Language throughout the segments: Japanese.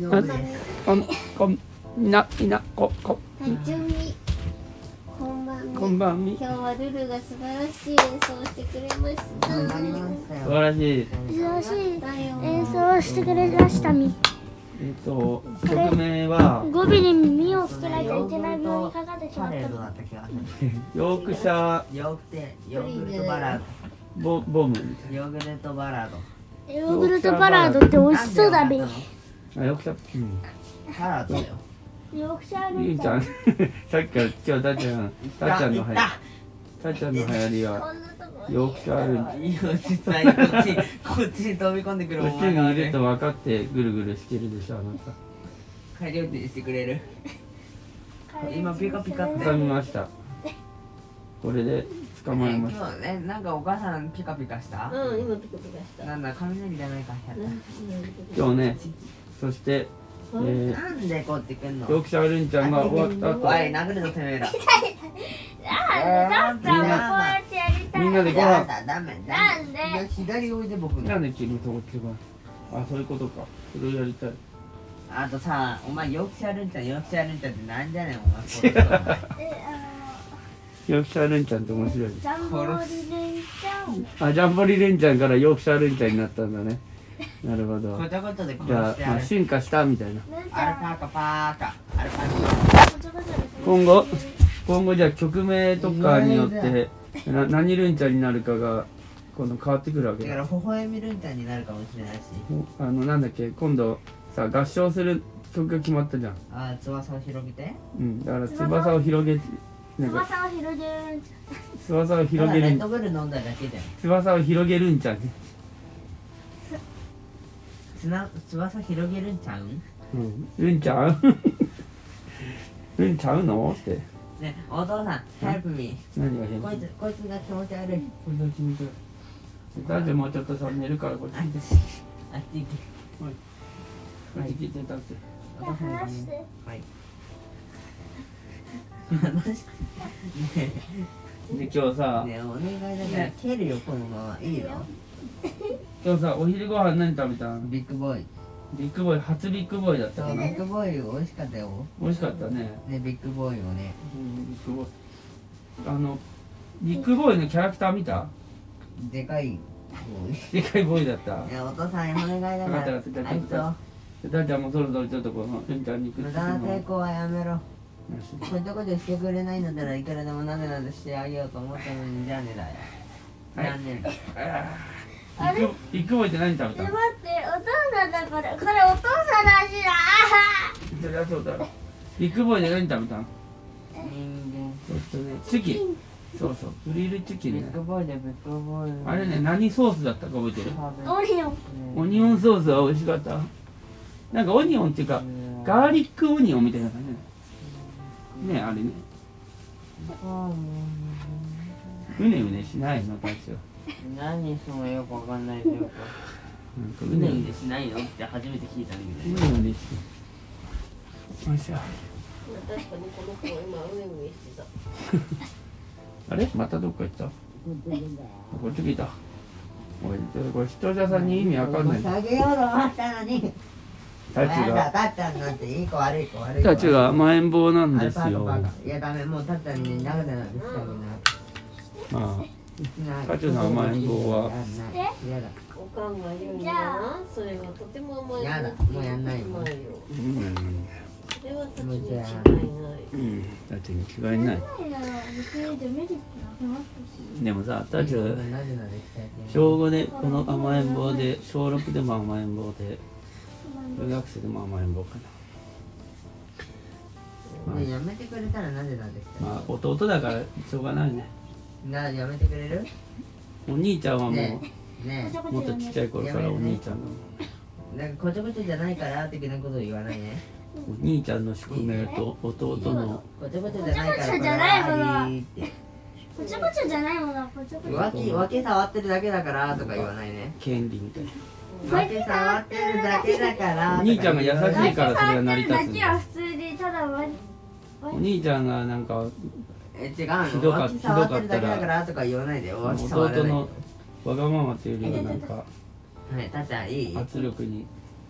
のまこんこんみなみなここ単純にこんばんこはんばんみ今日はルルが素晴らしい演奏をしてくれましたなりました素よ晴らしいです珍しいだよ演奏をしてくれましたみえっと曲名は語尾に耳をつけないといけない病にかかってしまパっレたードのだった気がするヨークシャーヨーグルトヨーグルトバラーボボムみドヨーグルトバラードヨーグルトバラードって美味しそうだべなヨんでわかたいなあヨークシャーうんったのークシャールータゆうちゃん バラードだよンさっきから今日たっちゃんたっちゃんの流行りたっちゃんの流行りはこんなとこヨークシャールンチいいよ実際こっちこっちに飛び込んでくるこおっち前にがいるねと分かってぐるぐるしてるでしょあなた改良点してくれる今ピカピカって掴みましたこれで捕まえま今した日ねなんかお母さんピカピカしたうん今ピカピカしたなんだ雷じゃないかやっ今日ねそして、えーたなんでこうってくんのヨークシャールンちゃんが終わったおい後殴るぞてめえらあー、ダンさんはこうやってやりたいみんなでご飯やだダメなダんでメ左おいで僕なのんで君とこっちがあそういうことかそれをやりたいあとさお前ヨークシャールンちゃんヨークシャールンちゃんってなんじゃねんお前えあヨークシャールンちゃんって面白いのジャンボリレンちゃんあジャンボリレンちゃんからヨークシャールンちゃんになったんだねなるほどこういったことで殺じゃしてあ、まやあ、る進化したみたいななんちアルゃんパカパーカアルパこちょこちょです今後今後じゃあ曲名とかによってな何ルンちゃんになるかがこの変わってくるわけカだだから微笑みルンちゃんになるかもしれないしあのなんだっけ今度さ合唱する曲が決まったじゃん、あー翼を広げてうん、だから翼を広げなんか翼を広げるんち翼をただ広レげッるドブル飲んだだけじゃん翼を広げるんちゃんね、つな翼広げるんちゃうんうん、 ルンちゃんルンちゃうのってねお父さん、ヘルプミ何が変ーこいつ、こいつが気持ち悪こいれだけ見て大丈夫もうちょっとさ寝るからこっちあっ来てち、あっち行けこっち聞いてたっておゃん父さんが話ねしてはい話してねで今日さえねえお願いだから蹴るよこのままいいよ今日さお昼ご飯何食べたのビッグボーイビッグボーイ初ビッグボーイだったそうかビなッグボーイ美味しかったよ美味しかったね、ねビッグボーイをねうん、ビッグボーイあのビッグボーイのキャラクター見たでかいボーイでかいボーイだったいやお父さんお願いだかわらかったわかあいったわかつで大ちゃんもそろそろちょっとこのルンちゃんにをくっ無つく駄な抵の抗はやめろこういうとこでしてくれないのならいくらでもなぜなぜしてあげようと思ったのにじゃあねだよじゃあねあビッグビッグボーイって何食べえ待たのってお父さんだこれこれお父さんの味だそりゃそうだろビッグボーイで何食べたの人えっとねチキンそうそうグリルチキ間ンビねッグボーイでビッグボーイあれね何ソースだったか覚えてるオニオンオニオンソースは美味しかったなんかオニオンっていうかガーリックオニオンみたいな感じねねあれねうねうねしないの私は何そのよくわかんないというかなんかううねねううねねしないのって初めて聞いたんだうけねどうねしてよいしょ確かにこの子は今うねうねして たあれまたどっか行ったこっち来たおいちょっとこれ視聴者さんに意味わかんない下げようと思ったのにタチがタッちゃんなんていい子悪い子悪い子タチが甘えん坊なんアでルすパーカよバカいやダメもうタッちゃんに長くなるんですかまあみんなタチの甘えん坊はやだおかんが言うんだなそれはとても甘いやだもうやんないもんようんそれはたちに違いないうんタチに違いない何だろう別にじゃあメリットなくなっでもさタチはなぜなぜ期待小5でこの甘えん坊で小6でも甘えん坊で中学生でも甘えん坊かねやめてくれたらなぜなぜなまあ弟だからしょうがないね期待なやめてくれるお兄ちゃんはもねえねたうもっとちっちゃい頃からお兄ちゃんのえなんかこちょこちょじゃないから的なこと言わないねお兄ちゃんの宿命と弟のこちょこちょじゃないからこちょこちょじゃないものこれはありってこちょこちょじゃないものはこちょこちょ浮気浮気触ってるだけだからとか言わないね権利みたいな浮気触ってるだけだからお兄ちゃんが優しいからそれは成り立つだんけだは普通にただ割りお兄ちゃんがなんかえ違うのひどか浮気触ってるだけだひどかったからとか言わないで浮気触ら弟ないのわがままっていうよりはなんかはいたっちゃんいい圧力に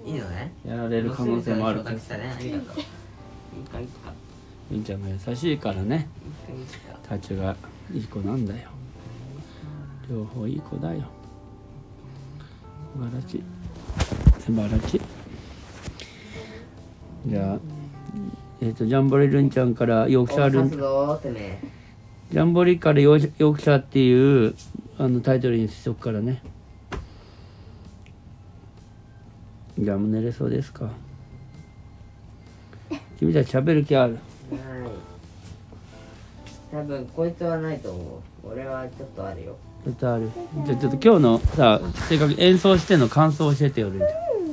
いいいのねやられる可能性もあるどうするか来たねありがとういいかいいかりんちゃんも優しいからねいいかいいかタチがいい子なんだよ両方いい子だよ素晴らしい素晴らしいじゃあえっ、とジャンボリルンちゃんからヨークシャールおン刺すぞーってねジャンボリからヨーヨークシャーっていうあのタイトルにしとくからねじゃあもう寝れそうですか君たち喋る気あるはい多分こいつはないと思う俺はちょっとあるよちょっとあるじゃあちょっと今日のさせっかく演奏しての感想を教えてよるんち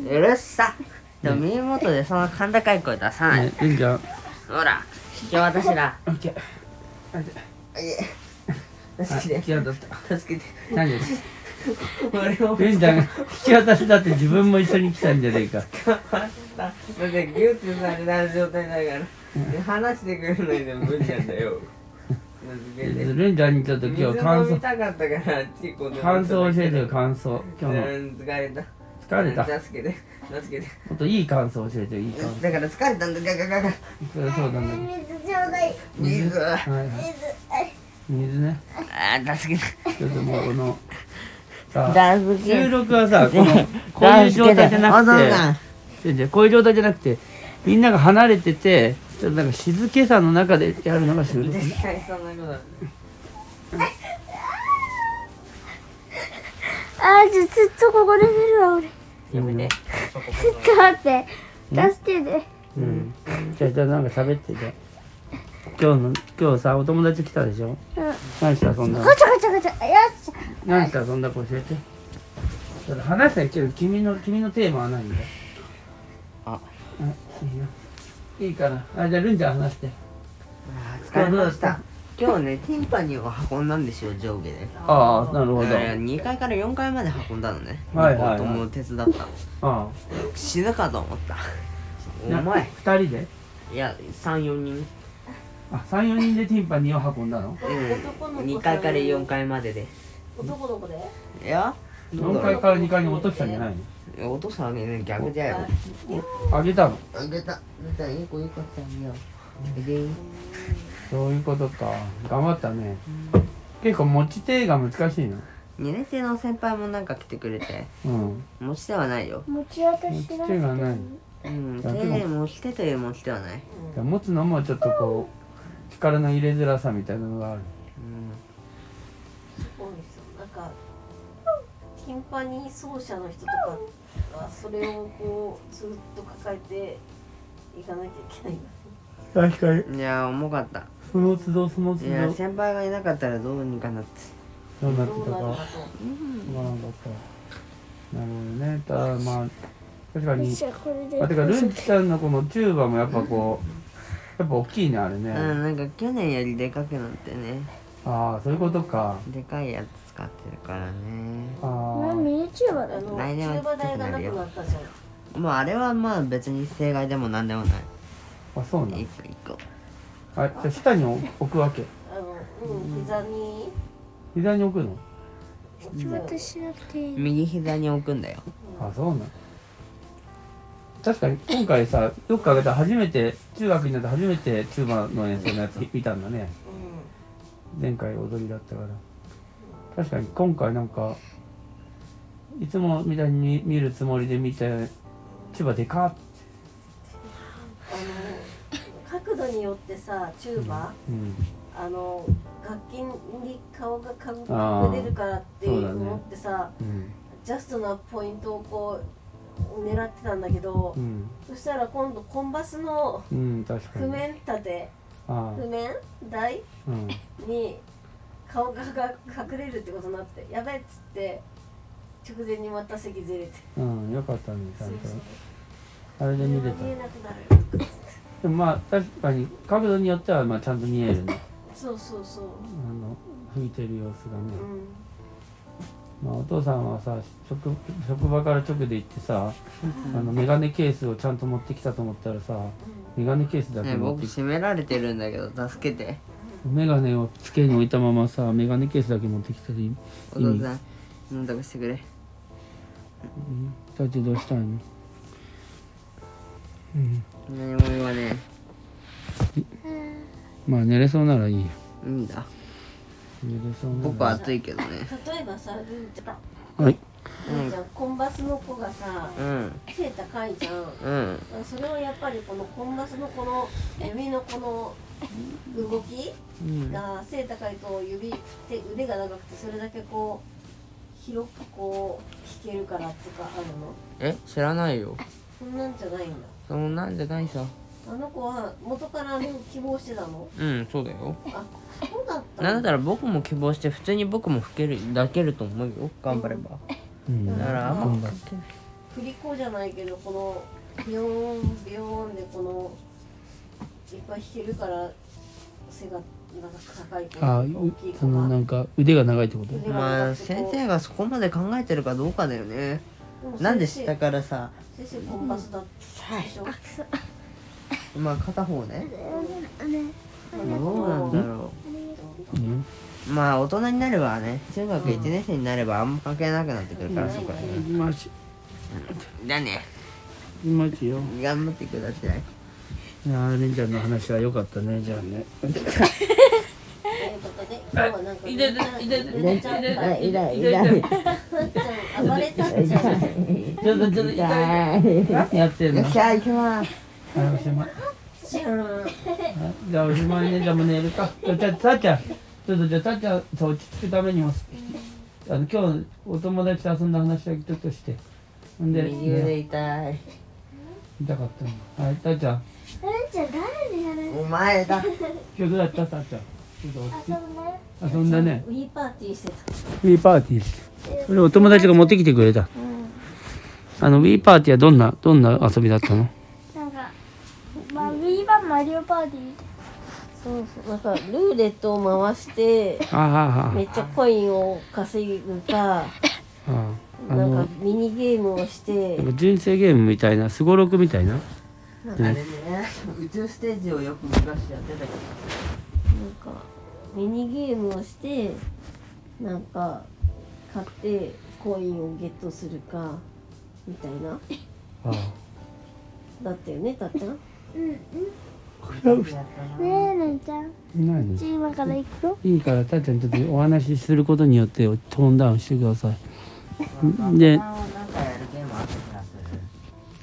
うるさでも耳元でそんな甲高い声出さゃなんい、ねるんちゃんほら卑怯私だオッケーいえ助けて引き渡した助けて何です俺をるんちゃんが引き渡しだって自分も一緒に来たんじゃねえかだってギュッてされた状態だからで話してくれないで無理なんだよ助けてるんちゃんにちょっと水今飲日感み想たかったからチーコで感想を教えてよ感想今日のうん疲れた疲れた助けて助けてもっといい感想を教えてよいい感だから疲れたんだガガガガ想そうなんだけど水ちょうだい。水あはいはい水。あ水ねー助けてちょっともうこのさあ助け収て録はさこのこういう状態じゃなくて違う違うこういう状態じゃなくてみんなが離れててちょっとなんか静けさの中でやるのが収録絶対そんなことないあ、じゃあずっとここで寝るわ、俺。やめてちょっと待って。助けて。うんじゃあじゃあなんか喋ってじゃあ今日の今日さお友達来たでしょうん。何して遊んだのガチャガチャガチャ。よし。何して遊んだか教えてちょっと話したいけど君の君のテーマは何だあうんいいよいいからあじゃあルンちゃん話してあー疲れました今日ねティンパニーを運んだんですよ上下でああなるほど2階から4階まで運んだのねはいはいはい二個とも手伝ったのあ死ぬかと思ったあお前2人でいや34人あ三34人でティンパニーを運んだのうん2階から4階までで男の子でいや4階から2階に落としたんじゃないのお父さんね逆だよあげたのあげたあげたいい子いい子ちゃんよあげるそういうことか頑張ったね結構持ち手が難しいの2年生の先輩もなんか来てくれてうん持ち手はないよ持ち渡持しちな手がないうん手で持ち手という持ち手はない持つのもちょっとこう力の入れづらさみたいなのがあるうん多いですよなんかティンパニー奏者の人とかはそれをこうずっと抱えていかなきゃいけない確かにいや重かったその都度その都いや度先輩がいなかったらどうにかなってどうなってどうたなかるわかとからなかったなるほどねただまあ確かにじゃあこれで。あてかルンちゃんのこのチューバもやっぱこうやっぱ大きいねあれね、うんなんか去年よりでかくなってねああそういうことかでかいやつ使ってるからねあまあ、あミニチューバーだあね。の来年は中馬台がなくなったじゃんまああれはまあ別に正解でもなんでもないあそうなの一個一個あじゃあ下に置くわけあのうん膝に膝に置くの持ち渡しなくていい。右膝に置くんだよあそうなの確かに今回さよく考えたら初めて中学になって初めてチューバの演奏のやつ見たんだね前回踊りだったから確かに今回なんかいつもみたいに見るつもりで見てチューバでかっあの角度によってさチューバうんあの楽器に顔がかぶあーって出るからってそうだね思ってさうんジャストなポイントをこう狙ってたんだけど、うん、そしたら今度コンバスのうん、確か譜に面立てあ譜面台あうんに顔がが隠れるってことになってやべえっつって直前にまた席ずれてうん、よかったね、ちゃんと。あれそでれ見はれた。見えでなくなるもまあ、確かに、角度によっては、まあ、ちゃんと見えるね。そうそうそうあの、吹いてる様子がねう。んまあ、お父さんはさ、職、職場から直で行ってさ、あの、メガネケースをちゃんと持ってきたと思ったらさ、メガネケースだけね持って僕きて、締められてるんだけど助けてメガネをつけに置いたままさ、メガネケースだけ持ってきたり、意お味父さんなんとかしてくれたちどうしたいのうん何も言わねまあ寝れそうならいいよえいいんだ寝れそうなら僕は暑いけどね例えばさ、りんちゃん、はいりんちゃん、コンバスの子がさ、うん背高いじゃん。うんそれはやっぱりこのコンバスのこの指のこの動きうんが背高いと指って腕が長くてそれだけこう広くこう弾けるからとかあるのえ知らないよそんなんじゃないんだそんなんじゃないさあの子は元からあの希望してたのうんそうだよあそうだったなんだったろら僕も希望して普通に僕も吹ける抱けると思うよ頑張ればうんだからあんま今度は振り子じゃないけどこのビヨーンビヨーンでこのいっぱい弾けるから背が長く高い子ああ大きいそ子のなが。んか腕が長いってこと腕がま長あくて先こう生がそこまで考えてるかどうかだよねもなんで先下生からさ先生コンパスだったでしょ、まあ片方ねどうなんだろうんうまあ大人になればね中学1年生になればあんま関係なくなってくるからそこら辺マジだねマジよ頑張ってくださいいやーレンちゃんの話は良かったねじゃあねということで今日はなんかいでちゃんいでちゃんいいだいだいちゃん暴れたっちゃんちょっとちょっとだい何やってんのよっしゃ行きますはいおしまいちゃんじゃあおしまいねじゃあもう寝るかじゃあじゃあたっちゃんちょっとじゃあたっちゃんと落ち着くためにもあの今日お友達と遊んだ話だけちょっとしてほんで、右ね、腕痛い痛かったのはいたっちゃんんちゃん誰に話お前だ今日どうだったたっちゃんちょっと落ち着い遊ぶねて遊んだねウィーパーティーしてたウィーパーティーそれお友達が持ってきてくれた、あのウィーパーティーはどんなどんな遊びだったのなんかまあウィーバーマリオパーティーそうそうなんかルーレットを回してああめっちゃコインを稼ぐかあああなんのかミニゲームをしてなんか人生ゲームみたいなすごろくみたいなあれね宇宙ステージをよく昔やってたけどなんかミニゲームをしてなんか買ってコインをゲットするかみたいなああだったよねたっちゃんうんうんやったなねえねんちゃん何じゃあ今から行くよいいからたっちゃんちょっとお話しすることによってトーンダウンしてくださいでなんかやるゲームあった気がする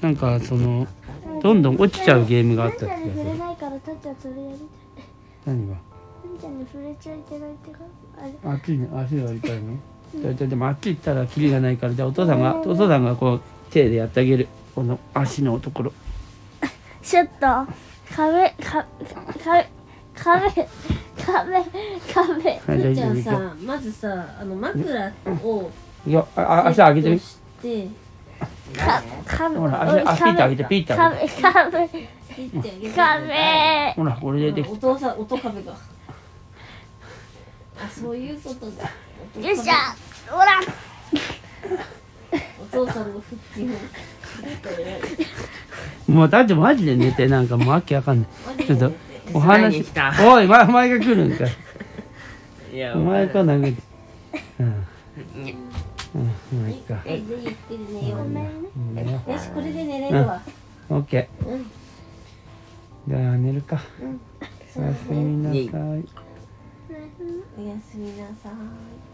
なんかそのどんどん落ちちゃうゲームがあった気がすなんちゃんに触れるないからたっちゃんそれやりた何がいなんちゃんに触れちゃいけないってかあれあっちに足が痛いのじゃあじゃあでもあっち行ったらキリがないからじゃあお父さんがお父さんがこう手でやってあげるこの足のところちょっと壁か壁壁壁壁はいたっ大ち丈ゃ夫いんくよさまずさあの枕をいやああ足上げてみして壁ほら足足ピッと上げてピッと上げて壁壁切ってあげる壁ほらこれでできお父さん音壁があそういうことだよっしゃほらお父さんの腹筋をもうだってマジで寝てなんかもうわけわかんないちょっとお手伝いに話来たおいお前お前が来るんかいいやお前かなんかうんうんまあいいかぜひゆっくり寝よごめんねうんねうよしこれで寝れるわオッケーじゃあ寝るかおやすみなさいイねおやすみなさい